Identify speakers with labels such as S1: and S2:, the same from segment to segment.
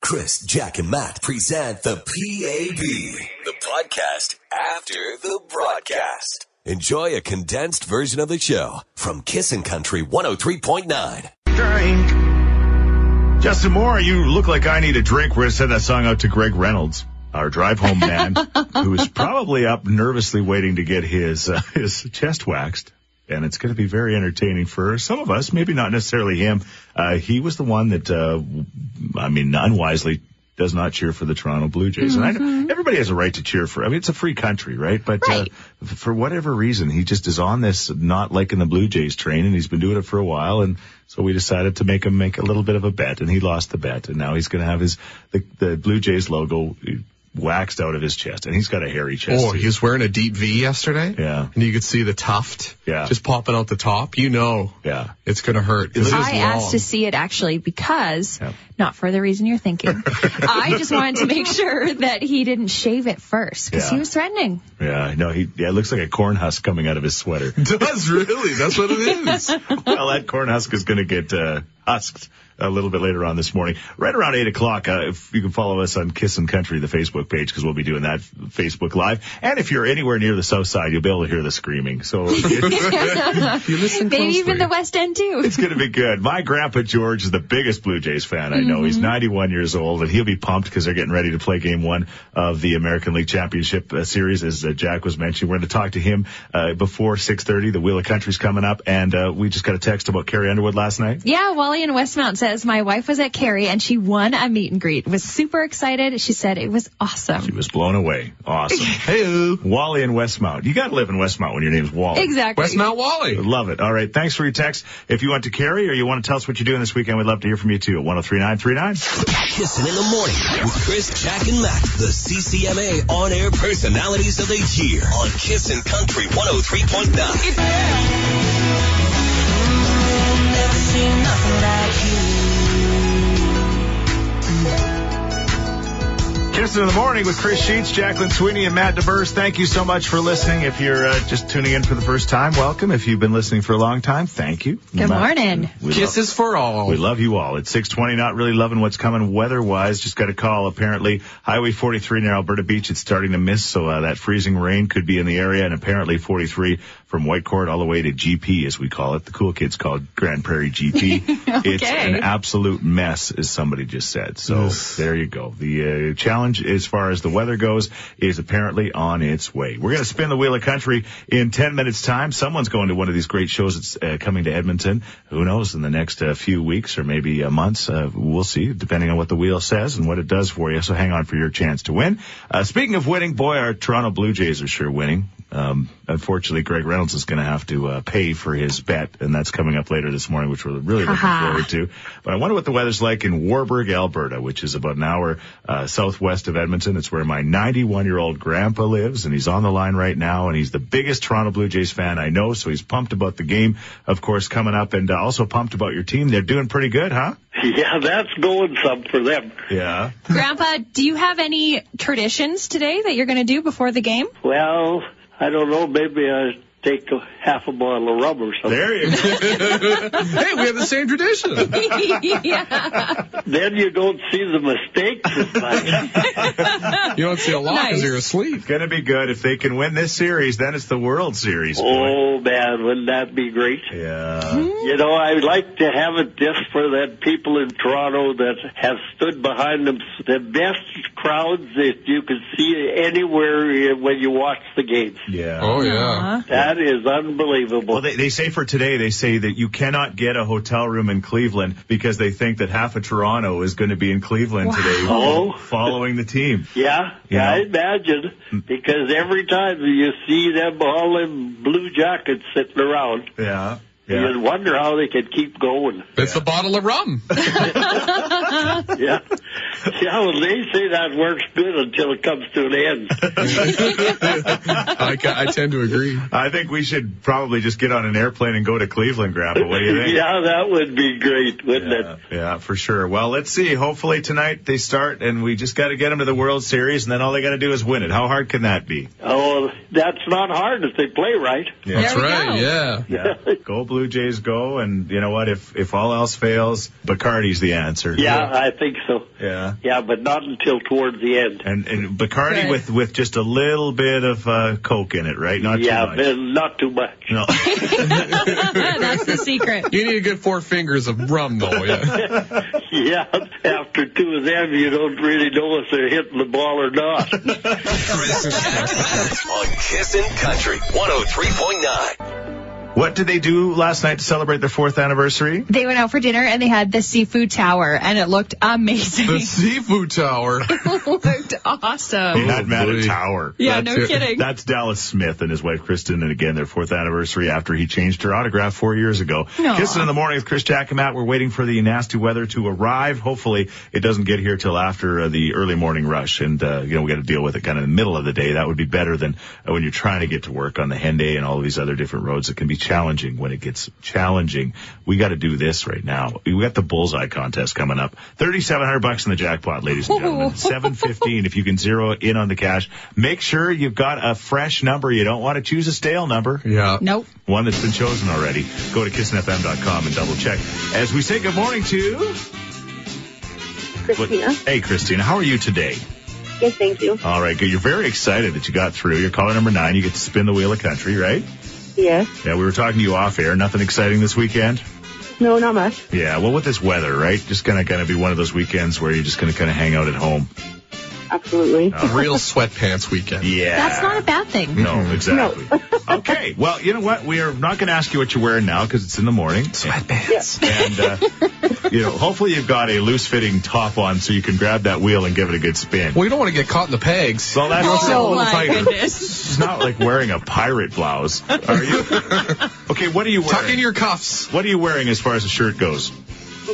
S1: Chris, Jack, and Matt present the PAB, the podcast after the broadcast. Enjoy a condensed version of the show from Kissin' Country 103.9.
S2: Drink. Justin Moore, you look like I need a drink. We're going to send that song out to Greg Reynolds, our drive home man, who is probably up nervously waiting to get his, uh, his chest waxed. And it's going to be very entertaining for some of us, maybe not necessarily him. Uh, he was the one that, uh, I mean, unwisely does not cheer for the Toronto Blue Jays. And I know everybody has a right to cheer for, I mean, it's a free country, right? But
S3: Right.
S2: Uh, f- for whatever reason, he just is on this not liking the Blue Jays train and he's been doing it for a while. And so we decided to make him make a little bit of a bet and he lost the bet. And now he's going to have his, the, the Blue Jays logo waxed out of his chest and he's got a hairy chest.
S4: Oh,
S2: too.
S4: he was wearing a deep V yesterday.
S2: Yeah.
S4: And you could see the tuft.
S2: Yeah.
S4: Just popping out the top. You know.
S2: Yeah.
S4: It's gonna hurt. 'cause it is
S3: I asked to
S4: long.
S3: see it actually because,
S2: Yeah.
S3: not for the reason you're thinking, I just wanted to make sure that he didn't shave it first because he
S2: Yeah.
S3: was threatening.
S2: Yeah, no, he yeah, it looks like a corn husk coming out of his sweater.
S4: Does really? That's what it is.
S2: well, that corn husk is going to get uh, husked a little bit later on this morning, right around eight o'clock. Uh, if you can follow us on Kiss and Country, the Facebook page, because we'll be doing that Facebook Live. And if you're anywhere near the South Side, you'll be able to hear the screaming. So
S4: you listen
S3: Maybe even
S4: closely.
S3: the West End too.
S2: It's going to be good. My grandpa George is the biggest Blue Jays fan I know. He's 91 years old, and he'll be pumped because they're getting ready to play Game One of the American League Championship uh, Series, as uh, Jack was mentioning. We're going to talk to him uh, before 6:30. The Wheel of Country's coming up, and uh, we just got a text about Carrie Underwood last night.
S3: Yeah, Wally in Westmount says, my wife was at Carrie and she won a meet and greet. Was super excited. She said it was
S2: She
S3: awesome.
S2: was blown away. Awesome.
S4: Hey,
S2: Wally in Westmount. You got to live in Westmount when your name's Wally.
S3: Exactly.
S4: Westmount Wally.
S2: Love it. All right. Thanks for your text. If you want to carry or you want to tell us what you're doing this weekend, we'd love to hear from you too at 103939.
S1: Kissin' in the Morning with Chris, Jack, and Matt, the CCMA on air personalities of the year on Kissin' Country 103.9.
S2: Kissing in the morning with Chris Sheets, Jacqueline Sweeney, and Matt DeBurse. Thank you so much for listening. If you're uh, just tuning in for the first time, welcome. If you've been listening for a long time, thank you.
S3: Good
S2: Matt,
S3: morning.
S2: we love-
S4: Kisses for all.
S2: we love you all. It's 620, not really loving what's coming weather-wise. Just got a call, apparently. Highway 43 near Alberta Beach, it's starting to miss, so uh, that freezing rain could be in the area, and apparently 43 from Whitecourt all the way to GP, as we call it. The cool kids call it Grand Prairie GP. It's
S3: Okay.
S2: an absolute mess, as somebody just said. So there you go. The uh, challenge as far as the weather goes is apparently on its way. We're going to spin the wheel of country in 10 minutes time. Someone's going to one of these great shows that's uh, coming to Edmonton. Who knows in the next uh, few weeks or maybe uh, months. Uh, we'll see depending on what the wheel says and what it does for you. So hang on for your chance to win. Uh, speaking of winning, boy, our Toronto Blue Jays are sure winning. Um, unfortunately, Greg Reynolds is going to have to uh, pay for his bet, and that's coming up later this morning, which we're really looking
S3: Haha.
S2: forward to to. But I wonder what the weather's like in Warburg, Alberta, which is about an hour uh, southwest of Edmonton. It's where my 91 year old grandpa lives, and he's on the line right now, and he's the biggest Toronto Blue Jays fan I know, so he's pumped about the game, of course, coming up, and uh, also pumped about your team. They're doing pretty good, huh?
S5: Yeah, that's going some for them.
S2: Yeah.
S3: Grandpa, do you have any traditions today that you're going to do before the game?
S5: Well, I don't know. Maybe I take a half a bottle of rum or something.
S2: There you go.
S4: hey, we have the same tradition.
S2: Oh,
S3: yeah.
S5: Then you don't see the mistakes. as much.
S4: You don't see a lot because
S3: Nice.
S4: you're asleep.
S2: Going to be good. If they can win this series, then it's the World Series. boy.
S5: oh man, wouldn't that be great?
S2: Yeah.
S5: You know, I'd like to have it just for that people in Toronto that have stood behind them. The best crowds that you could see anywhere when you watch the games.
S2: Yeah.
S4: Oh yeah.
S3: Aw.
S5: That is unbelievable.
S2: Well, they, they say for today, they say that you cannot get a hotel room in Cleveland because they think that half of Toronto is going to be in Cleveland today
S5: Oh.
S2: following the team.
S5: Yeah, yeah, I
S2: You Mm.
S5: imagine because every time you see them all in blue jackets sitting around,
S2: Yeah. Yeah.
S5: you wonder how they can keep going.
S4: It's the bottle of rum.
S5: Yeah, yeah. Well, they say that works good until it comes to an end.
S4: I, ca- I tend to agree.
S2: I think we should probably just get on an airplane and go to Cleveland, Grandpa. What do you think?
S5: yeah, that would be great, wouldn't
S2: Yeah,
S5: it?
S2: yeah, for sure. Well, let's see. Hopefully tonight they start, and we just got to get them to the World Series, and then all they got to do is win it. How hard can that be?
S5: Oh, that's not hard if they play right.
S2: Yeah.
S4: That's
S3: There we
S4: right.
S3: go.
S4: Yeah.
S2: Yeah, go Blue Jays, go! And you know what? If if all else fails, Bacardi's the answer.
S5: Yeah, I think so.
S2: yeah.
S5: Yeah, but not until toward the end.
S2: And, and Bacardi
S3: Right.
S2: with, with just a little bit of uh, Coke in it, right? Not
S5: yeah,
S2: too much.
S5: but not too much.
S2: No.
S3: That's the secret.
S4: You need a good four fingers of rum, though. Yeah.
S5: Yeah, after two of them, you don't really know if they're hitting the ball or not.
S1: on Kissin' Country 103.9.
S2: what did they do last night to celebrate their fourth anniversary?
S3: They went out for dinner and they had the seafood tower and it looked amazing.
S4: the seafood tower.
S3: it looked awesome.
S2: They had Matt
S4: boy.
S2: Tower.
S3: Yeah,
S4: That's
S3: no
S4: it.
S3: kidding.
S2: That's Dallas Smith and his wife Kristen, and again their fourth anniversary after he changed her autograph four years ago.
S3: Aw.
S2: Kissing in the morning with Chris Jack and Matt. We're waiting for the nasty weather to arrive. Hopefully, it doesn't get here till after uh, the early morning rush, and uh, you know we got to deal with it kind of in the middle of the day. That would be better than uh, when you're trying to get to work on the Henday and all of these other different roads. It can be challenging when it gets challenging. We got to do this right now. We got the bullseye contest coming up. Thirty-seven hundred bucks in the jackpot, ladies and gentlemen.
S3: Ooh.
S2: 715 if you can zero in on the cash. Make sure you've got a fresh number. You don't want to choose a stale number.
S4: Yeah.
S3: Nope.
S2: One that's been chosen already. Go to kissnfm.com and double check. As we say good morning to
S6: Christina.
S2: Hey Christina, how are you today?
S6: Yes, thank you.
S2: All right, good. You're very excited that you got through. You're caller number nine. You get to spin the wheel of country, right?
S6: Yes.
S2: Yeah, we were talking to you off air. Nothing exciting this weekend.
S6: No, not much.
S2: Yeah, well, with this weather, right? Just gonna kind of be one of those weekends where you're just gonna kind of hang out at home.
S6: Absolutely.
S4: Real sweatpants weekend.
S2: Yeah.
S3: That's not a bad thing.
S2: No, exactly. okay, well, you know what? We are not going to ask you what you're wearing now because it's in the morning.
S4: Sweatpants.
S2: And, uh, you know, hopefully you've got a loose fitting top on so you can grab that wheel and give it a good spin.
S4: Well, you don't want to get caught in the pegs.
S2: Well, that's
S3: Oh,
S2: also a little
S3: my
S2: tighter.
S3: goodness.
S2: It's not like wearing a pirate blouse, are you? okay, what are you wearing?
S4: Tuck in your cuffs.
S2: what are you wearing as far as the shirt goes?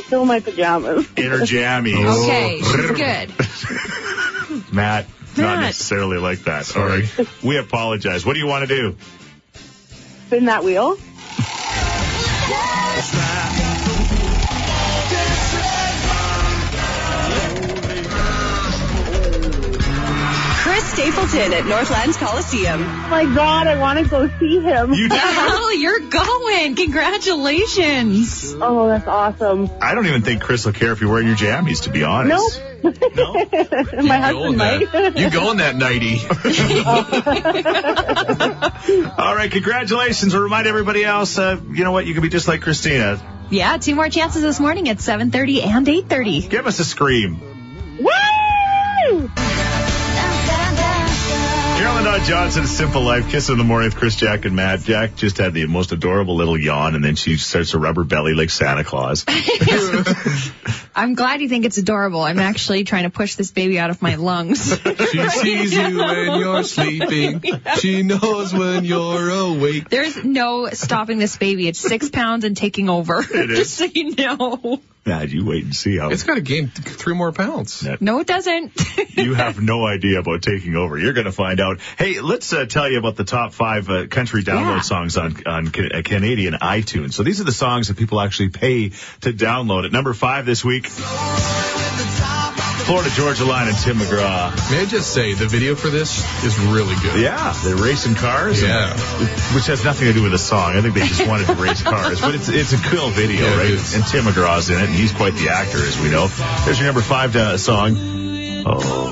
S6: Still my pajamas.
S2: Inner jammies.
S3: Okay, she's good.
S2: Matt, not
S3: Matt.
S2: necessarily like that.
S4: Sorry.
S2: All right. We apologize. What do you want to do?
S6: Spin that wheel.
S7: Chris Stapleton at Northlands Coliseum.
S6: Oh my God, I want to go see him.
S2: You did.
S3: Oh, you're going. Congratulations.
S6: Oh, that's awesome.
S2: I don't even think Chris will care if you're wearing your jammies, to be honest. Nope. no?
S6: my husband might.
S4: that, you go in that nighty.
S2: All right, congratulations. And remind everybody else, uh, you know what? You can be just like Christina.
S3: Yeah, two more chances this morning at 7.30 and 8.30.
S2: Give us a scream.
S6: Woo!
S2: Carolyn Dodd Johnson's Simple Life, Kiss in the Morning with Chris, Jack, and Matt. Jack just had the most adorable little yawn, and then she starts to rub her belly like Santa Claus.
S3: I'm glad you think it's adorable. I'm actually trying to push this baby out of my lungs.
S4: She sees you when you're sleeping. She knows when you're awake.
S3: There's no stopping this baby. It's six pounds and taking over.
S2: is.
S3: Just so you know.
S2: Matt, you wait and see how.
S4: It's got to gain th- three more pounds.
S2: Yeah.
S3: No, it doesn't.
S2: you have no idea about taking over. You're going to find out. Hey, let's uh, tell you about the top five uh, country download
S3: Yeah.
S2: songs on on Ca- uh, Canadian iTunes. So these are the songs that people actually pay to download. At number five this week, Florida Georgia Line and Tim McGraw.
S4: May I just say, the video for this is really good.
S2: Yeah, they're racing cars. and-
S4: Yeah.
S2: which has nothing to do with the song. I think they just wanted to race cars, but it's it's a cool video,
S4: Yeah, it
S2: right?
S4: is.
S2: And Tim McGraw's in it, and he's quite the actor, as we know. There's your number five uh, song. Oh,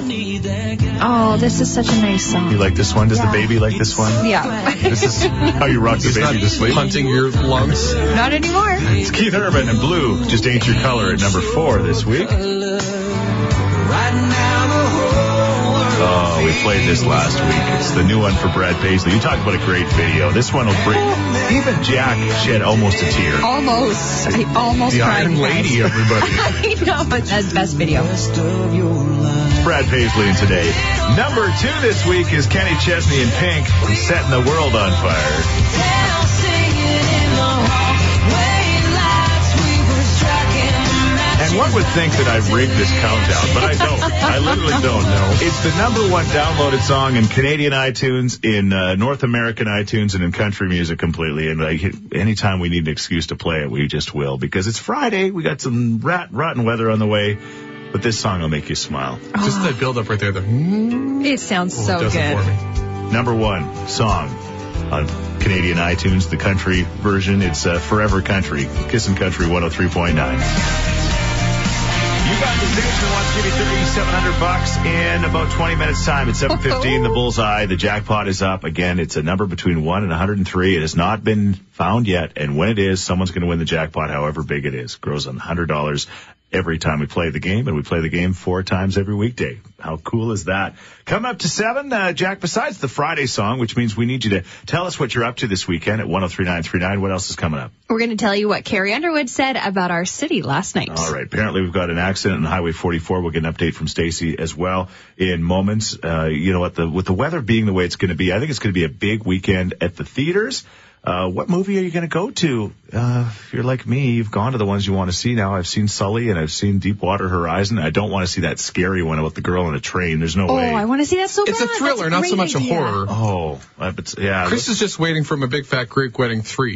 S3: Oh, this is such a nice
S2: you
S3: song.
S2: like this one? Does the baby like this one?
S3: Yeah.
S2: This is how you rock the
S4: It's not
S2: baby.
S4: just hunting your lungs.
S3: Not anymore.
S2: It's Keith Urban and Blue. Just ain't your color at number four this week. Oh, we played this last week. It's the new one for Brad Paisley. You talk about a great video. This one will bring even Jack shed almost a tear.
S3: Almost. I almost
S4: The
S3: cried.
S4: Iron
S3: you guys.
S4: Lady, everybody.
S3: I know, but that's best video.
S2: Brad Paisley and today. Number two this week is Kenny Chesney and Pink setting the world on fire. And one would think that I've rigged this countdown, but I don't. I literally don't know. It's the number one downloaded song in Canadian iTunes, in uh, North American iTunes, and in country music completely. And like, anytime we need an excuse to play it, we just will because it's Friday. We got some rat rotten weather on the way, but this song will make you smile.
S4: Just that build up right there. The, mm,
S3: It sounds Oh. so
S4: does it for
S3: good.
S4: me.
S2: number one song on Canadian iTunes, the country oh version. It's uh, Forever Country, Kissin' Country 103.9. You got the station wants to give you 3700 bucks in about 20 minutes time. At 7:15, the bullseye, the jackpot is up. Again, it's a number between 1 and 103. It has not been found yet, and when it is, someone's going to win the jackpot however big it is. Grows on $100 every time we play the game, and we play the game four times every weekday. How cool is that? Coming up to 7, uh, Jack, besides the Friday song, which means we need you to tell us what you're up to this weekend at 103939, what else is coming up?
S3: We're going to tell you what Carrie Underwood said about our city last night.
S2: All right. Apparently, we've got an accident on Highway 44. We'll get an update from Stacy as well in moments. Uh, you know what? The with the weather being the way it's going to be, I think it's going to be a big weekend at the theaters. Uh, what movie are you going to go to? Uh, if you're like me, you've gone to the ones you want to see now. I've seen Sully and I've seen Deepwater Horizon. I don't want to see that scary one about the girl on a train. There's no
S3: Oh,
S2: way.
S3: I want to see that so
S4: It's
S3: bad.
S4: a
S3: That's
S4: thriller, not so
S3: great
S4: much
S3: idea.
S4: a horror.
S2: oh, uh, but yeah.
S4: Chris is just waiting for my big fat Greek wedding three.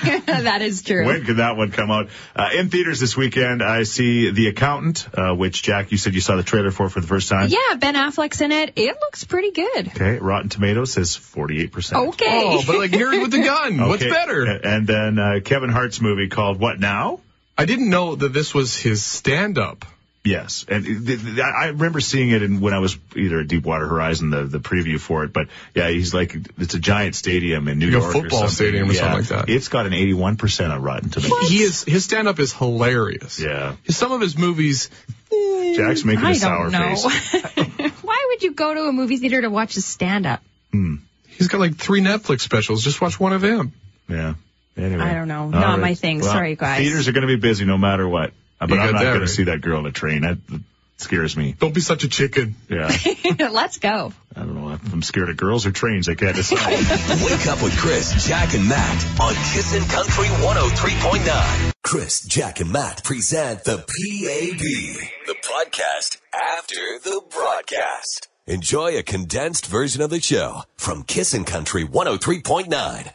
S3: that is true.
S2: When could that one come out? Uh, in theaters this weekend, I see The Accountant, uh, which Jack, you said you saw the trailer for for the first time.
S3: yeah, Ben Affleck's in it. It looks pretty good.
S2: Okay, Rotten Tomatoes says 48%.
S3: Okay.
S4: Oh, but like Harry with the gun. What's
S2: Okay,
S4: better?
S2: a- And then uh, Kevin Hart's movie called What Now?
S4: I didn't know that this was his stand up.
S2: Yes, and th- th- I remember seeing it in, when I was either at Deepwater Horizon, the the preview for it. But yeah, he's like it's a giant stadium in New
S4: Like a
S2: York, or
S4: football stadium or
S2: Yeah,
S4: something like that.
S2: It's got an eighty-one percent on Rotten Tomatoes.
S4: He is his stand up is hilarious.
S2: Yeah,
S4: Some of his movies
S2: Jack's making a
S3: I
S2: sour
S3: don't know.
S2: face.
S3: Why would you go to a movie theater to watch a stand up?
S4: he's got like three Netflix specials. Just watch one of them.
S2: Yeah. Anyway,
S3: I don't know.
S2: All
S3: Not my thing. Sorry, guys.
S2: Theaters are going to be busy no matter what. Uh, But
S4: You
S2: I'm
S4: got
S2: not
S4: that
S2: going
S4: right.
S2: to see that girl on a train. That that scares me.
S4: Don't be such a chicken.
S2: Yeah.
S3: Let's go.
S2: I don't know. I'm scared of girls or trains. I can't decide.
S1: Wake up with Chris, Jack, and Matt on Kissin' Country 103.9. Chris, Jack, and Matt present the PAB, the podcast after the broadcast. Enjoy a condensed version of the show from Kissin' Country 103.9.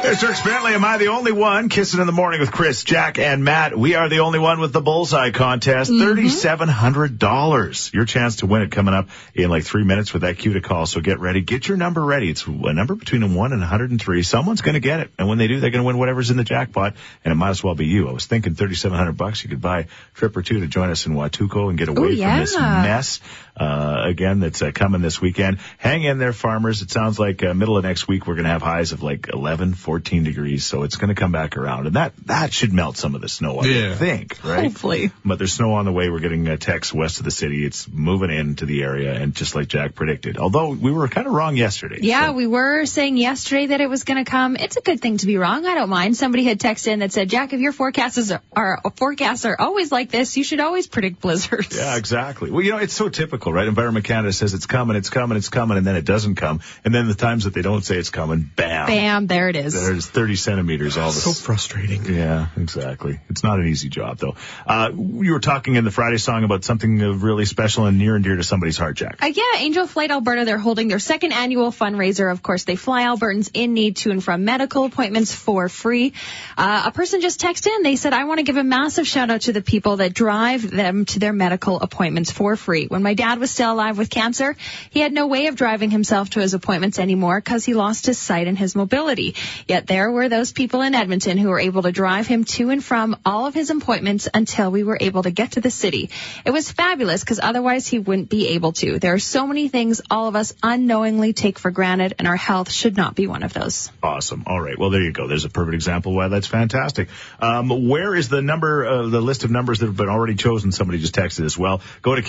S2: There's Dirk Bentley. Am I the only one? Kissing in the morning with Chris, Jack, and Matt. We are the only one with the bullseye contest. Thirty-seven hundred dollars. Your chance to win it coming up in like three minutes with that cue to call. So get ready. Get your number ready. It's a number between a one and hundred and three. Someone's going to get it, and when they do, they're going to win whatever's in the jackpot. And it might as well be you. I was thinking thirty-seven hundred bucks. You could buy a trip or two to join us in Watuco and get away from this
S3: yeah.
S2: mess. Uh, again, that's uh, coming this weekend. Hang in there, farmers. It sounds like uh, middle of next week we're going to have highs of like 11, 14 degrees, so it's going to come back around, and that that should melt some of the snow. I
S4: Yeah.
S2: think, right?
S3: Hopefully.
S2: But there's snow on the way. We're getting uh, texts west of the city. It's moving into the area, and just like Jack predicted. Although we were kind of wrong yesterday.
S3: Yeah,
S2: so-
S3: we were saying yesterday that it was going to come. It's a good thing to be wrong. I don't mind. Somebody had texted in that said, Jack, if your forecasts are, are forecasts are always like this, you should always predict blizzards.
S2: Yeah, exactly. Well, you know, it's so typical, right? Environment Canada says it's coming, it's coming, it's coming, and then it doesn't come. And then the times that they don't say it's coming, bam.
S3: Bam, there it is.
S2: There's 30 centimeters all of a
S4: So frustrating.
S2: Yeah, exactly. It's not an easy job though. Uh, you were talking in the Friday song about something uh, really special and near and dear to somebody's heart, Jack.
S3: Uh, yeah, Angel Flight Alberta, they're holding their second annual fundraiser. Of course, they fly Albertans in need to and from medical appointments for free. Uh, a person just texted in. They said, I want to give a massive shout out to the people that drive them to their medical appointments for free. When my dad was still alive with cancer, he had no way of driving himself to his appointments anymore because he lost his sight and his mobility. Yet there were those people in Edmonton who were able to drive him to and from all of his appointments until we were able to get to the city. It was fabulous because otherwise he wouldn't be able to. There are so many things all of us unknowingly take for granted, and our health should not be one of those.
S2: Awesome. All right. Well, there you go. There's a perfect example why that's fantastic. Um, where is the number, uh, the list of numbers that have been already chosen? Somebody just texted as well. Go to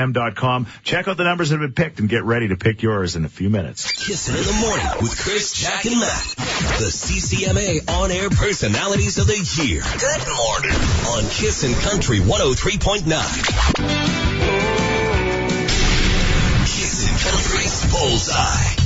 S2: kissinfm.com. Check out the numbers that have been picked and get ready to pick yours in a few minutes.
S1: Kissin' in the morning with Chris, Jack, and Matt, the CCMA on-air personalities of the year. Good morning on Kissin' Country 103.9. Kissin' Country's bullseye.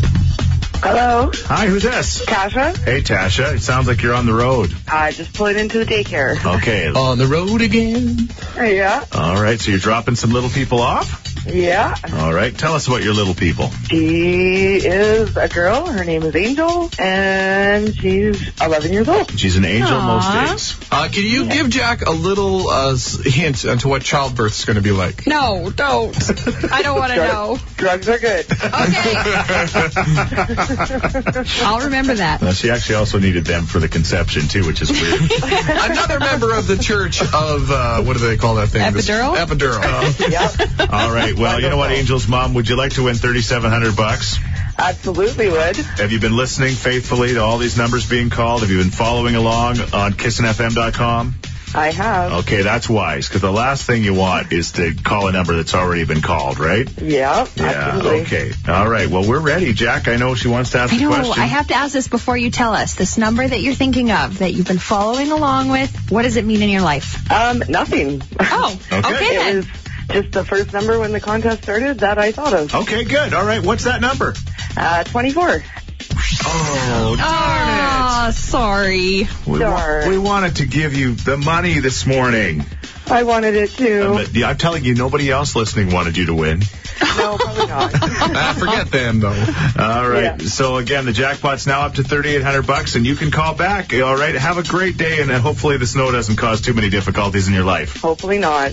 S6: Hello,
S2: Hi, who's this?
S6: Tasha.
S2: Hey, Tasha. It sounds like you're on the road.
S6: I just put into the daycare.
S2: Okay.
S4: On the road again.
S6: Yeah.
S2: All right. So you're dropping some little people off?
S6: Yeah.
S2: All right. Tell us about your little people.
S6: She is a girl. Her name is Angel, and she's 11 years old.
S2: She's an angel
S3: Aw.
S2: most days.
S4: Uh, can you give Jack a little uh, s- hint onto what childbirth is going to be like?
S3: No, don't. I don't want to know.
S6: Drugs are good.
S3: Okay. I'll remember that.
S2: Uh, she actually also needed them for the conception too, which is weird.
S4: Another member of the church of uh, what do they call that thing?
S3: Epidural?
S4: This- epidural.
S2: All right. Well, you know what, Angel's mom? Would you like to win thirty-seven hundred bucks?
S6: Absolutely would.
S2: Have you been listening faithfully to all these numbers being called? Have you been following along on kissinfm.com?
S6: I have.
S2: Okay, that's wise because the last thing you want is to call a number that's already been called, right?
S6: Yeah. Absolutely.
S2: Okay. All right. Well, we're ready, Jack. I know she wants to ask
S3: I
S2: a
S3: know.
S2: question.
S3: I have to ask this before you tell us. This number that you're thinking of, that you've been following along with, what does it mean in your life?
S6: Um, nothing.
S3: Oh,
S2: Okay.
S3: okay,
S6: it
S3: then.
S6: was just the first number when the contest started that I thought of.
S2: Okay, good. All right. What's that number?
S6: Uh, 24.
S2: Oh,
S3: oh, sorry.
S2: we,
S6: darn.
S2: we wanted to give you the money this morning.
S6: I wanted it too.
S2: Uh, But, yeah, I'm telling you, nobody else listening wanted you to win.
S6: No, probably not.
S4: Ah, forget them though.
S2: All right.
S6: Yeah.
S2: So again, the jackpot's now up to 3,800 bucks, and you can call back. All right. Have a great day, and uh, hopefully the snow doesn't cause too many difficulties in your life.
S6: Hopefully not.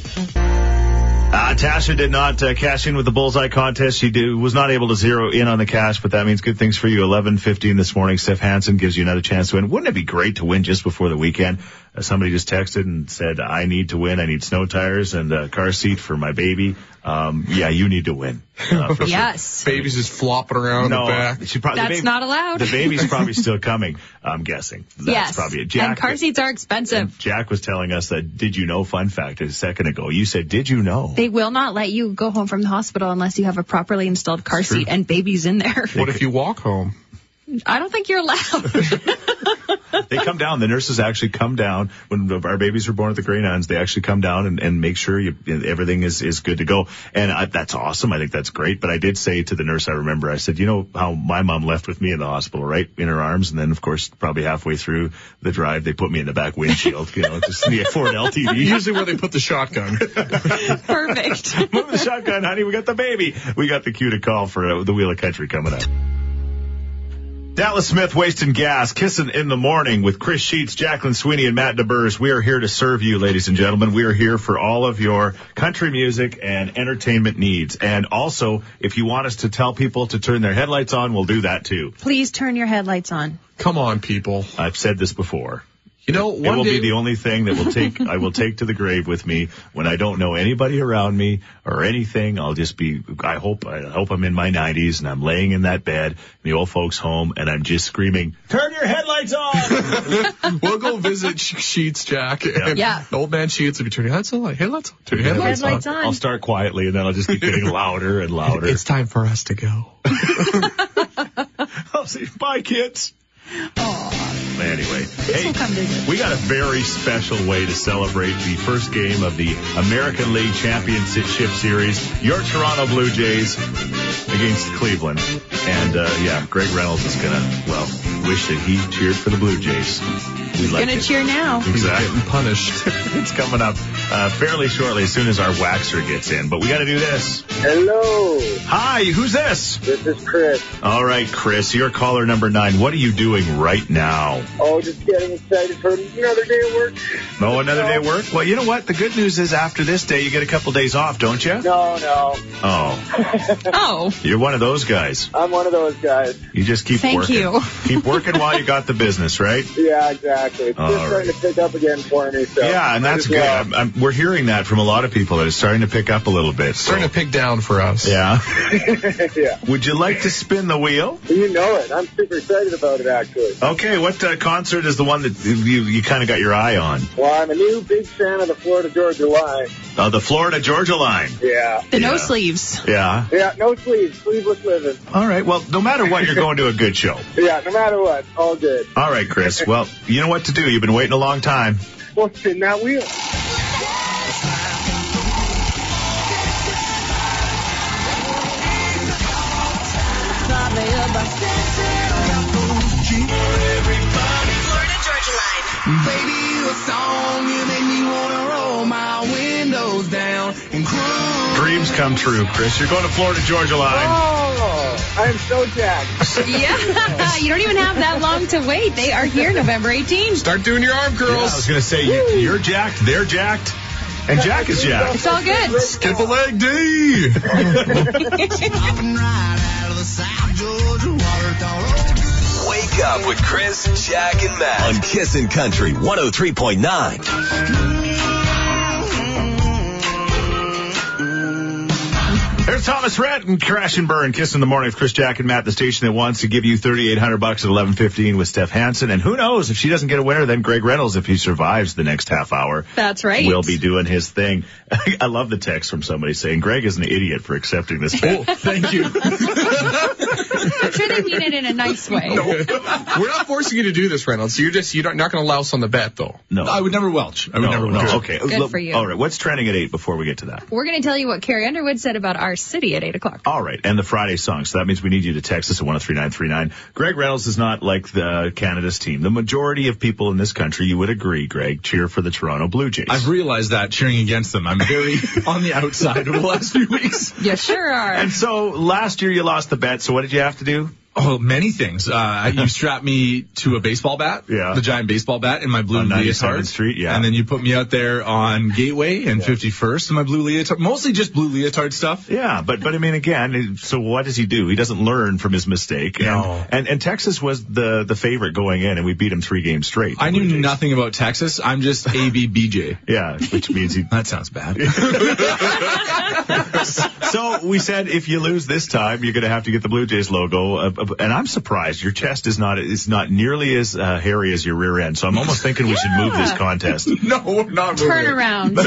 S2: Uh, Tasha did not uh, cash in with the bullseye contest. She did, was not able to zero in on the cash, but that means good things for you. 11.15 this morning, Steph Hansen gives you another chance to win. Wouldn't it be great to win just before the weekend? Uh, somebody just texted and said, I need to win. I need snow tires and a car seat for my baby. Um, yeah, you need to win. Uh, for sure.
S3: Yes.
S4: Baby's just flopping around
S2: No,
S4: in the back.
S2: she probably,
S3: That's not allowed.
S2: The baby's probably still coming, I'm guessing. That's
S3: yes.
S2: probably it.
S3: and
S2: Jack,
S3: car seats are expensive.
S2: Jack was telling us that did you know fun fact a second ago. You said, did you know?
S3: They will not let you go home from the hospital unless you have a properly installed car seat and babies in there.
S4: What if you walk home?
S3: I don't think you're allowed.
S2: They come down. The nurses actually come down when our babies were born at the Grey Nuns. They actually come down and, and make sure you, everything is, is good to go. And I, that's awesome. I think that's great. But I did say to the nurse, I remember, I said, you know how my mom left with me in the hospital, right? In her arms. And then, of course, probably halfway through the drive, they put me in the back windshield, you know, just the Ford LTV.
S4: Usually where they put the shotgun.
S3: Perfect.
S2: Move the shotgun, honey. We got the baby. We got the cue to call for uh, the Wheel of Country coming up. Dallas Smith, Wasting Gas, Kissing in the Morning with Chris Sheets, Jacqueline Sweeney, and Matt DeBurs. We are here to serve you, ladies and gentlemen. We are here for all of your country music and entertainment needs. And also, if you want us to tell people to turn their headlights on, we'll do that too.
S3: Please turn your headlights on.
S4: Come on, people.
S2: I've said this before.
S4: You know,
S2: It
S4: one
S2: will
S4: day
S2: be the only thing that will take I will take to the grave with me when I don't know anybody around me or anything. I'll just be I hope I hope I'm in my 90s and I'm laying in that bed in the old folks home and I'm just screaming, "Turn your headlights on!"
S4: we'll go visit Sh- Sheets Jack. And
S3: Yeah.
S4: Old man Sheets will be turning headlights on. Like, headlights on. Turn your headlights on.
S3: Headlights on.
S2: I'll start quietly and then I'll just keep getting louder and louder.
S4: It's time for us to go.
S2: I'll say, "Bye, kids." Anyway, hey,
S3: will come visit.
S2: we got a very special way to celebrate the first game of the American League Championship Series. Your Toronto Blue Jays against Cleveland, and uh, yeah, Greg Reynolds is gonna well wish that he cheered for the Blue Jays. He's
S3: Gonna cheer now.
S2: Exactly.
S4: Getting punished.
S2: It's coming up uh, fairly shortly, as soon as our waxer gets in. But we got to do this.
S5: Hello,
S2: Hi, who's this?
S5: this is Chris.
S2: All right, Chris, you're caller number nine. What are you doing right now?
S5: Oh, just getting excited for another day at work.
S2: Oh, another day at work? Well, you know what? The good news is after this day, you get a couple days off, don't you?
S5: No, no,
S2: Oh,
S3: Oh,
S2: you're one of those guys.
S5: I'm one of those guys.
S2: You just keep
S3: Thank
S2: working.
S3: you.
S2: keep working while you got the business, right?
S5: Yeah, exactly. It's
S2: All
S5: just starting to pick up again for me. So
S2: Yeah, and
S5: might
S2: that's
S5: as
S2: good.
S5: well.
S2: I'm, I'm, we're hearing that from a lot of people that it's starting to pick up a little bit. so-
S4: Starting to pick down for us.
S2: Yeah.
S5: yeah,
S2: Would you like to spin the wheel?
S5: you know it. I'm super excited about it, actually.
S2: Okay, what uh, concert is the one that you, you kind of got your eye on?
S5: Well, I'm a new big fan of the Florida Georgia Line.
S2: Uh, the Florida Georgia Line.
S5: Yeah.
S3: the
S2: Yeah.
S3: no sleeves.
S2: Yeah.
S5: Yeah, no sleeves, sleeveless living.
S2: All right. Well, no matter what, you're going to a good show.
S5: Yeah, no matter what, all good.
S2: All right, Chris. Well, you know what to do. You've been waiting a long time.
S5: Well, spin that wheel.
S7: Florida Georgia Line.
S8: Baby, you a song, you make me wanna roll my windows down and cruise.
S2: Dreams come true, Chris. You're going to Florida Georgia Line.
S6: Oh, I'm so jacked.
S3: Yeah, you don't even have that long to wait. They are here November 18th.
S4: Start doing your arm
S2: Yeah, I was
S4: curls.
S2: going to say, you, you're jacked, they're jacked, and Jack is jacked.
S3: It's all good.
S4: Skip a leg day.
S7: Popping right out of the South Georgia water tower.
S1: Wake up with Chris, Jack, and Matt on Kissin' Country 103.9.
S2: There's Thomas Rhett and Crash and Burn. Kiss in the morning with Chris Jack and Matt, the station that wants to give you 3,800 bucks at 11:15 with Steph Hansen. And who knows if she doesn't get a winner, then Greg Reynolds, if he survives the next half hour,
S3: That's right.
S2: will be doing his thing. I love the text from somebody saying Greg is an idiot for accepting this. bet."
S4: Oh, thank you.
S3: I'm sure they mean it in a nice way.
S4: We're not forcing you to do this, Reynolds. You're just you're not going to louse on the bet, though.
S2: No.
S8: I would never welch. I would
S2: no,
S8: never
S2: no.
S8: welch.
S2: Okay.
S3: Good
S2: Look,
S3: for you.
S2: All right. What's trending at eight before we get to that?
S3: We're going to tell you what Carrie Underwood said about our city at 8 o'clock.
S2: All right, and the Friday song. So that means we need you to text us at 103939. Greg Reynolds is not like the Canada's team. The majority of people in this country, you would agree, Greg, cheer for the Toronto Blue Jays.
S8: I've realized that cheering against them. I'm very on the outside over the last few weeks.
S3: You sure are.
S2: and so last year you lost the bet. So what did you have to do?
S8: Oh, many things. Uh, you strapped me to a baseball bat,
S2: Yeah.
S8: the giant baseball bat in my blue
S2: On 97th
S8: leotard.
S2: Street, yeah.
S8: And then you put me out there on Gateway and 51st in my blue leotard, mostly just blue leotard stuff.
S2: Yeah, but but I mean again, so what does he do? He doesn't learn from his mistake. And,
S8: No.
S2: and and Texas was the the favorite going in, and we beat him three games straight.
S8: I
S2: the Blue
S8: knew
S2: Jays.
S8: nothing about Texas. I'm just ABBJ.
S2: Yeah, which means he
S8: That sounds bad.
S2: So we said if you lose this time, you're going to have to get the Blue Jays logo. Uh, uh, and I'm surprised your chest is not is not nearly as uh, hairy as your rear end. So I'm almost thinking we should move this contest.
S4: No, we're not.
S3: Turn around.
S4: With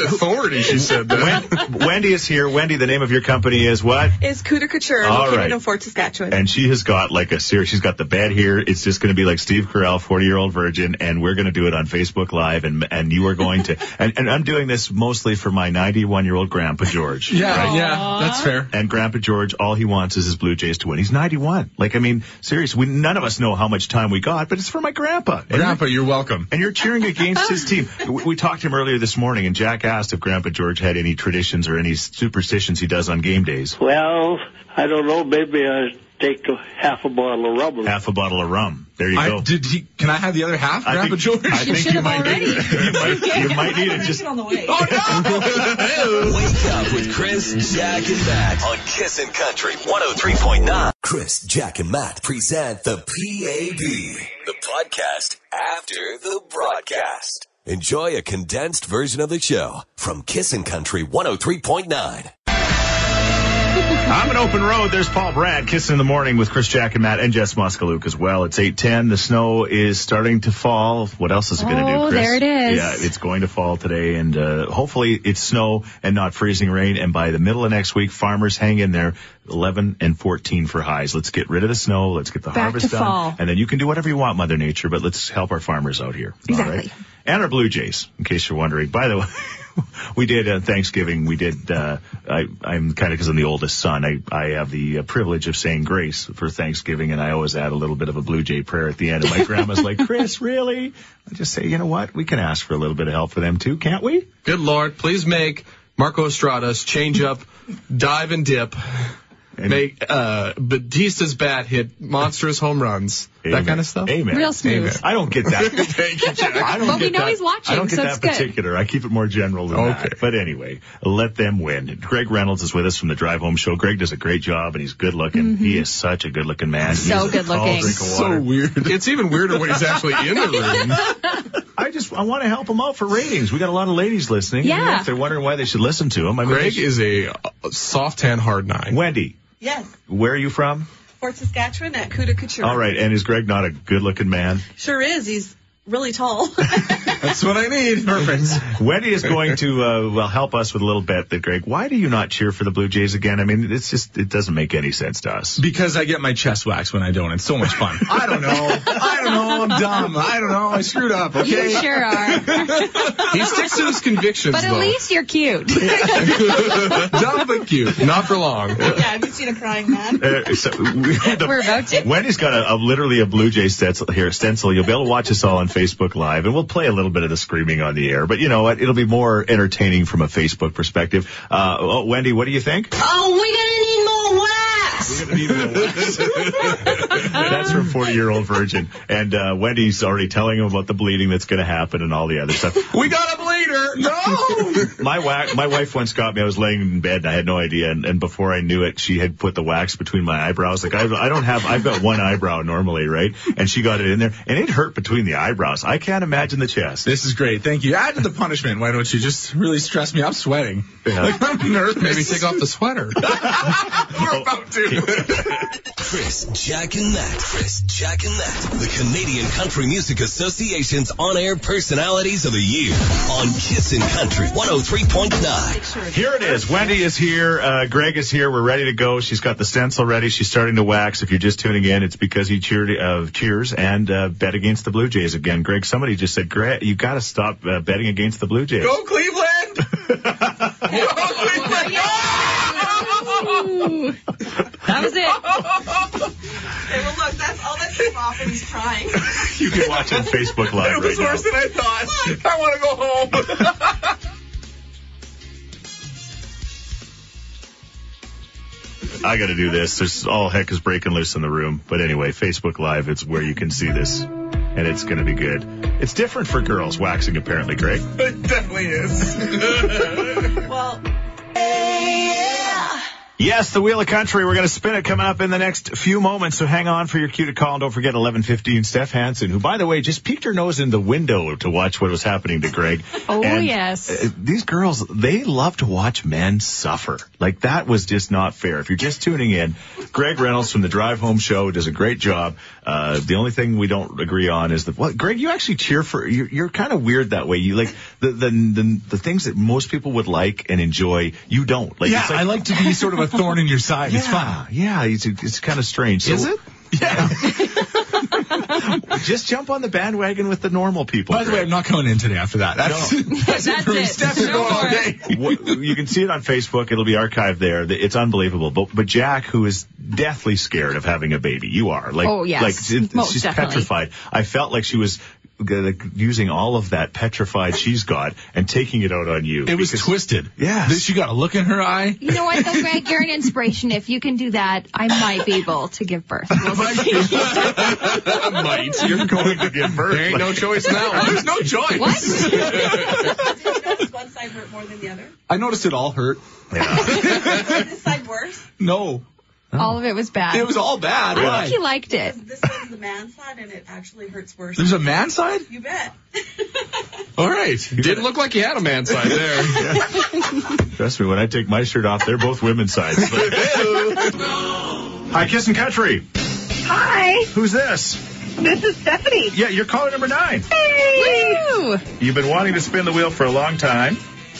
S4: authority, she said that.
S2: Wendy is here. Wendy, the name of your company is what?
S9: Is Cooter Couture
S2: All
S9: located
S2: right.
S9: in Fort Saskatchewan.
S2: And she has got like a serious. She's got the bed here. It's just going to be like Steve Carell, 40 year old virgin, and we're going to do it on Facebook Live. And and you are going to. And, and I'm doing this mostly for my 91 year old grandpa George.
S8: Yeah, yeah, that's fair.
S2: And Grandpa George, all he wants is his Blue Jays to win. He's 91. Like, I mean, seriously, we, none of us know how much time we got, but it's for my grandpa. And
S8: Grandpa, you're welcome.
S2: and you're cheering against his team. We, we talked to him earlier this morning, and Jack asked if Grandpa George had any traditions or any superstitions he does on game days.
S5: Well, I don't know. Maybe I take a half a bottle of rum.
S2: Half a bottle of rum. There you
S8: I,
S2: go.
S8: did he, can I have the other half,
S2: I
S8: Grandpa
S2: think-
S8: George?
S2: I
S3: You
S2: think
S3: should
S2: you
S3: have
S2: might need
S3: already.
S2: it. You might, you might need it. Just
S9: on the way.
S1: Wake up with Chris, Jack, and Matt on Kissin' Country 103.9. Chris, Jack, and Matt present the PAB, the podcast after the broadcast. Enjoy a condensed version of the show from Kissin' Country 103.9.
S2: I'm an open road. There's Paul Brad kissing in the morning with Chris Jack and Matt and Jess Muskaluke as well. It's 8:10. The snow is starting to fall. What else is it going to do,
S3: Oh,
S2: Chris?
S3: there it is.
S2: Yeah, it's going to fall today, and uh, hopefully it's snow and not freezing rain. And by the middle of next week, farmers hang in there. 11 and 14 for highs. Let's get rid of the snow. Let's get the
S3: Back
S2: harvest
S3: to
S2: done,
S3: fall.
S2: and then you can do whatever you want, Mother Nature. But let's help our farmers out here.
S3: Exactly.
S2: And our Blue Jays, in case you're wondering. By the way, we did uh, Thanksgiving. We did. Uh, I, I'm kind of because I'm the oldest son. I, I have the uh, privilege of saying grace for Thanksgiving, and I always add a little bit of a Blue Jay prayer at the end. And my grandma's like, "Chris, really?" I just say, you know what? We can ask for a little bit of help for them too, can't we?
S4: Good Lord, please make Marco Estrada's change up, dive and dip. Make uh, Batista's bat hit monstrous home runs.
S2: Amen.
S4: That kind of stuff.
S2: Amen.
S3: Real smooth.
S2: I don't get that. Thank you, Jack. I don't
S3: But we
S2: get
S3: know
S2: that-
S3: he's watching,
S2: I don't get
S3: so
S2: that
S3: it's good.
S2: particular. I keep it more general than
S4: Okay.
S2: that. But anyway, let them win. Greg Reynolds is with us from the Drive Home Show. Greg does a great job, and he's good looking. He is such a good looking man.
S3: Mm-hmm. So
S2: He's a
S3: good
S2: tall
S3: looking.
S2: drink of water.
S4: weird. It's even weirder when he's actually in the room.
S2: I just I want to help him out for ratings. We got a lot of ladies listening.
S3: Yeah.
S2: And If they're wondering why they should listen to him, I mean, they
S4: Greg
S2: should-
S4: is a uh, soft hand, hard nine.
S2: Wendy.
S9: Yes,
S2: Where are you from?
S9: Fort Saskatchewan at Cooter Couture.
S2: All right, and is Greg not a good looking man?
S9: Sure is. He's really tall.
S8: That's what I need. Perfect.
S2: Wendy is going to uh, well help us with a little bet that Greg. Why do you not cheer for the Blue Jays again? I mean, it's just it doesn't make any sense to us.
S8: Because I get my chest waxed when I don't. It's so much fun. I don't know. I don't know. I'm dumb. I don't know. I screwed up.
S3: You
S8: Okay.
S3: sure are.
S4: He sticks to his convictions,
S3: But at
S4: though.
S3: least you're cute.
S4: Dumb but cute. Not for long.
S9: yeah, have you seen a crying man?
S2: Uh, so we- the-
S3: We're about to.
S2: Wendy's got a, a literally a Blue Jay stencil here stencil. You'll be able to watch us all on Facebook Live, and we'll play a little little bit of the screaming on the air, but you know what? It'll be more entertaining from a Facebook perspective. Uh, oh, Wendy, what do you think?
S7: Oh,
S2: That's her 40 year old virgin. And uh, Wendy's already telling him about the bleeding that's going to happen and all the other stuff.
S4: We got a bleeder. No.
S2: my wa- my wife once got me. I was laying in bed and I had no idea. And, and before I knew it, she had put the wax between my eyebrows. Like I, I don't have. I've got one eyebrow normally, right? And she got it in there, and it hurt between the eyebrows. I can't imagine the chest.
S8: This is great. Thank you. Add to the punishment. Why don't you just really stress me? I'm sweating. Like, I'm nervous.
S4: Maybe take off the sweater.
S8: We're about to.
S1: Chris, Jack, and Matt. Chris, Jack, and Matt. The Canadian Country Music Association's on air personalities of the year on Kissin' Country 103.9.
S2: Here it is. Wendy is here. Uh, Greg is here. We're ready to go. She's got the stencil ready. She's starting to wax. If you're just tuning in, it's because he cheered, uh, cheers and uh, bet against the Blue Jays again. Greg, somebody just said, Greg, you got to stop uh, betting against the Blue Jays.
S4: Go Cleveland.
S3: Ooh. That was it.
S9: Okay, well, look, that's all that came off, and he's crying.
S2: You can watch on Facebook Live
S4: It was
S2: right
S4: worse
S2: now.
S4: than I thought. I want to go home.
S2: I got to do this. There's all heck is breaking loose in the room. But anyway, Facebook Live, it's where you can see this, and it's going to be good. It's different for girls waxing, apparently, Greg.
S4: It definitely is.
S9: Well,
S2: Yes, the Wheel of Country. We're going to spin it coming up in the next few moments. So hang on for your cue to call. And don't forget 1115 Steph Hansen, who, by the way, just peeked her nose in the window to watch what was happening to Greg.
S3: Oh,
S2: And,
S3: yes.
S2: uh, These girls, they love to watch men suffer. Like that was just not fair. If you're just tuning in, Greg Reynolds from the Drive Home Show does a great job. Uh, the only thing we don't agree on is the, well, Greg, you actually cheer for, you're, you're kind of weird that way. You like the, the, the, the things that most people would like and enjoy, you don't. Like,
S8: Yeah,
S2: it's
S8: I like to be sort of a thorn in your side. It's fine.
S2: Ah, yeah, it's, it's kind of strange. So
S4: Is it?
S2: Just jump on the bandwagon with the normal people.
S8: By the way, I'm not coming in today after that. That's, that's, it
S3: That's
S8: for me.
S3: it.
S8: Steph's
S3: No
S8: going all
S3: more.
S8: day.
S2: What- you can see it on Facebook. It'll be archived there. The- It's unbelievable. But but Jack, who is deathly scared of having a baby, you are like
S3: Oh, yes.
S2: like it-
S3: Most
S2: she's
S3: definitely.
S2: petrified. I felt like she was uh, like, using all of that petrified she's got and taking it out on you.
S8: It was
S2: because-
S8: twisted.
S2: Yes.
S8: She got a look in her eye.
S3: You know what, though, Greg? You're an inspiration. If you can do that, I might be able to give birth. We'll see.
S8: Might. You're going to give birth.
S4: There ain't no choice now. There's no choice.
S3: What?
S9: did you notice one side hurt more than the other?
S8: I noticed it all hurt.
S9: Is this side worse?
S8: No.
S3: All of it was bad.
S8: It was all bad.
S3: I think he
S8: Why?
S3: liked it.
S9: This one's the man side, and it actually hurts worse.
S8: There's a man side?
S9: you bet.
S4: All right. Didn't look like you had a man side there.
S2: Trust me, when I take my shirt off, they're both women's sides. Hi, Kissing Country.
S6: Hi,
S2: Who's this?
S6: this is Stephanie.
S2: Yeah, you're caller number nine.
S3: Woo!
S2: You've been wanting to spin the wheel for a long time.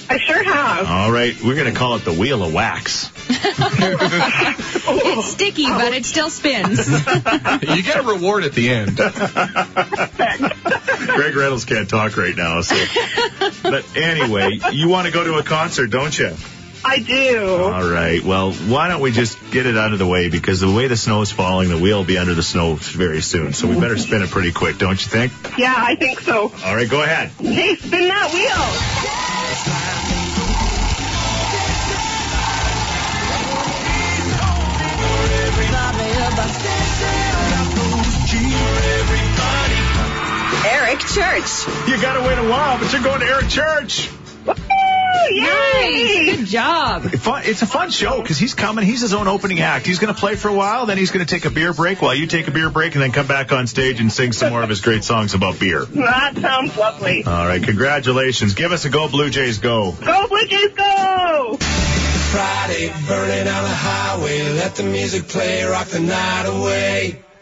S6: I sure have.
S2: All right, we're going to call it the Wheel of Wax.
S3: It's sticky, but it still spins.
S4: You get a reward at the end.
S2: Greg Reynolds can't talk right now, so. But anyway, you want to go to a concert, don't you?
S6: I do.
S2: All right. Well, why don't we just get it out of the way because the way the snow is falling, the wheel will be under the snow very soon. So we better spin it pretty quick, don't you think?
S6: Yeah, I think so.
S2: All right, go ahead.
S6: Hey, spin that wheel. Eric Church.
S2: You got to wait a while, but you're going to Eric Church.
S6: Oh, yay!
S3: Nice. Good job.
S2: Fun, it's a fun show because he's coming. He's his own opening act. He's going to play for a while, then he's going to take a beer break while you take a beer break, and then come back on stage and sing some more of his great songs about beer.
S6: That sounds lovely.
S2: All right, congratulations. Give us a go, Blue Jays, go.
S6: Go Blue Jays, go!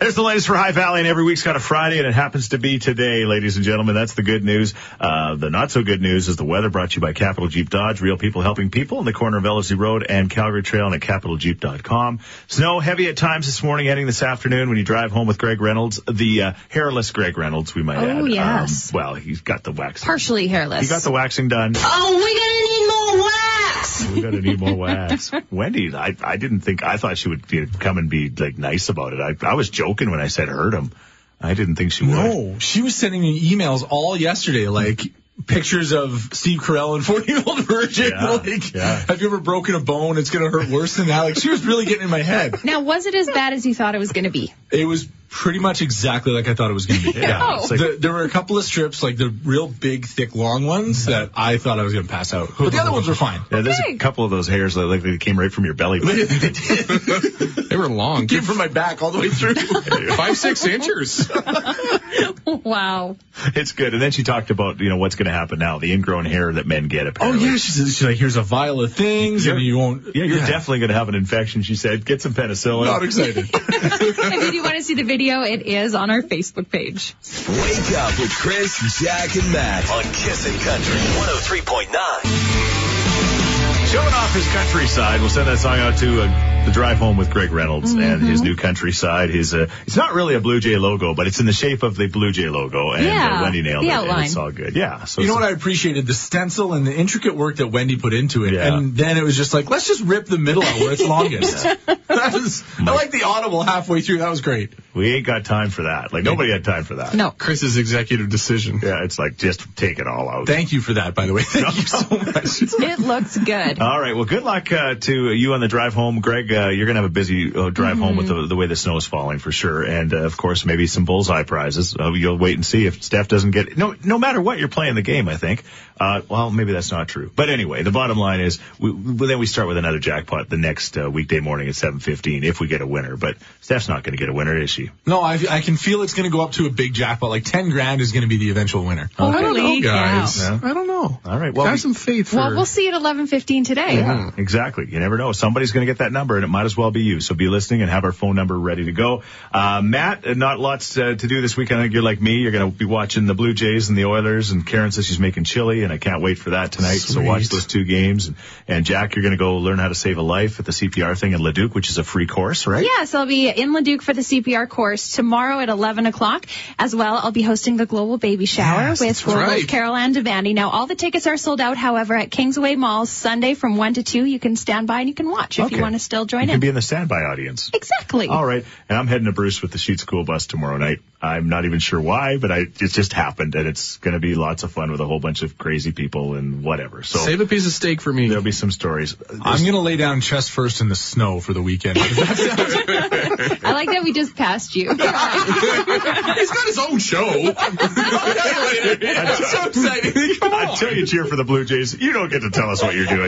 S2: There's the latest for High Valley, and every week's got a Friday, and it happens to be today, ladies and gentlemen. That's the good news. Uh, the not so good news is the weather brought to you by Capital Jeep Dodge, real people helping people in the corner of Ellerslie Road and Calgary Trail and at capitaljeep.com. Snow heavy at times this morning, heading this afternoon when you drive home with Greg Reynolds, the uh, hairless Greg Reynolds, we might
S3: Oh,
S2: add. Um,
S3: yes.
S2: well, he's got the wax.
S3: Partially hairless. Oh,
S2: He got the waxing done.
S7: we
S2: We gotta need more wax. Wendy, I, I didn't think, I thought she would you know, come and be like nice about it. I, I was joking when I said hurt him. I didn't think she would.
S4: No, she was sending me emails all yesterday, like pictures of Steve Carell and 40 year old virgin.
S2: Yeah,
S4: like,
S2: yeah.
S4: have you ever broken a bone? It's gonna hurt worse than that. Like, she was really getting in my head.
S3: Now, was it as bad as you thought it was going to be?
S4: It was pretty much exactly like I thought it was gonna be.
S3: Yeah.
S4: It's like- there, there were a couple of strips, like the real big, thick, long ones, that I thought I was gonna pass out. But the other ones were fine.
S2: Yeah, there's
S3: Okay.
S2: a couple of those hairs that like they came right from your belly button.
S10: They were long.
S4: Came from my back all the way through.
S10: Five, six inches.
S3: Wow.
S2: it's good. And then she talked about you know what's going to happen now, the ingrown hair that men get
S4: oh
S2: apparently.
S4: yeah, she said, she's like, here's a vial of things, and
S2: You're-
S4: you won't.
S2: Yeah, you're definitely going to have an infection. She said, get some penicillin.
S4: not excited.
S3: if you do want to see the video, it is on our Facebook page.
S1: Wake up with Chris, Jack, and Matt on Kissin' Country 103.9.
S2: Showing off his countryside. We'll send that song out to uh, the drive home with Greg Reynolds
S3: Mm-hmm.
S2: and his new countryside. His uh, it's not really a Blue Jay logo, but it's in the shape of the Blue Jay logo, and
S3: Yeah,
S2: uh, Wendy nailed
S3: the
S2: it. And
S3: outline.
S2: it's all good. Yeah. So
S4: You know
S2: it's-
S4: what I appreciated? The stencil and the intricate work that Wendy put into it.
S2: Yeah.
S4: And then it was just like, let's just rip the middle out where it's longest. that was, I like the audible halfway through. That was great.
S2: we ain't got time for that. Like nobody had time for that.
S3: No.
S10: Chris's executive decision.
S2: Yeah, it's like just take it all out.
S4: Thank you for that, by the way. Thank you so much.
S3: It looks good.
S2: All right. Well, good luck uh, to you on the drive home, Greg. Uh, you're gonna have a busy uh, drive home with the, the way the snow is falling for sure, and uh, of course maybe some bullseye prizes. Uh, you'll wait and see if Steph doesn't get no. No matter what, you're playing the game. I think. Uh, well, maybe that's not true. But anyway, the bottom line is, we, we, then we start with another jackpot the next uh, weekday morning at 7:15 if we get a winner. But Steph's not gonna get a winner, is she?
S4: No, I, I can feel it's going to go up to a big jackpot. Like 10 grand is going to be the eventual winner.
S10: I don't know,
S3: Holy cow.
S10: guys.
S2: Yeah.
S10: I don't know.
S2: All right, well,
S10: have
S2: we-
S10: some faith. For,
S3: Well, we'll see at 11:15 today.
S2: Exactly. You never know. Somebody's going to get that number, and it might as well be you. So be listening and have our phone number ready to go. Uh, Matt, uh, not lots uh, to do this weekend. I think you're like me. You're going to be watching the Blue Jays and the Oilers, and Karen says she's making chili, and I can't wait for that tonight. So
S10: Sweet.
S2: watch those two games. And, and Jack, you're going to go learn how to save a life at the CPR thing in Leduc, which is a free course, right?
S3: Yes, I'll be in Leduc for the CPR course tomorrow at 11 o'clock. As well, I'll be hosting the Global Baby Shower
S4: Yes,
S3: with
S4: that's
S3: Global
S10: right.
S3: Carol Ann Devaney. Now, all the tickets are sold out. However, at Kingsway Mall, Sunday from 1 to 2, you can stand by and you can watch if
S2: Okay.
S3: you want to still join
S2: You
S3: in.
S2: can be in the standby audience.
S3: exactly.
S2: All right. And I'm heading to Bruce with the Sheet School bus tomorrow night. I'm not even sure why, but I, it just happened and it's going to be lots of fun with a whole bunch of crazy people and whatever. So
S10: Save a piece of steak for me.
S2: there'll be some stories.
S4: I'm going to lay down chest first in the snow for the weekend. He's
S3: I like that we just passed you.
S4: got his own show. That's so exciting. Come on.
S2: Until you cheer for the Blue Jays, you don't get to tell us what you're doing.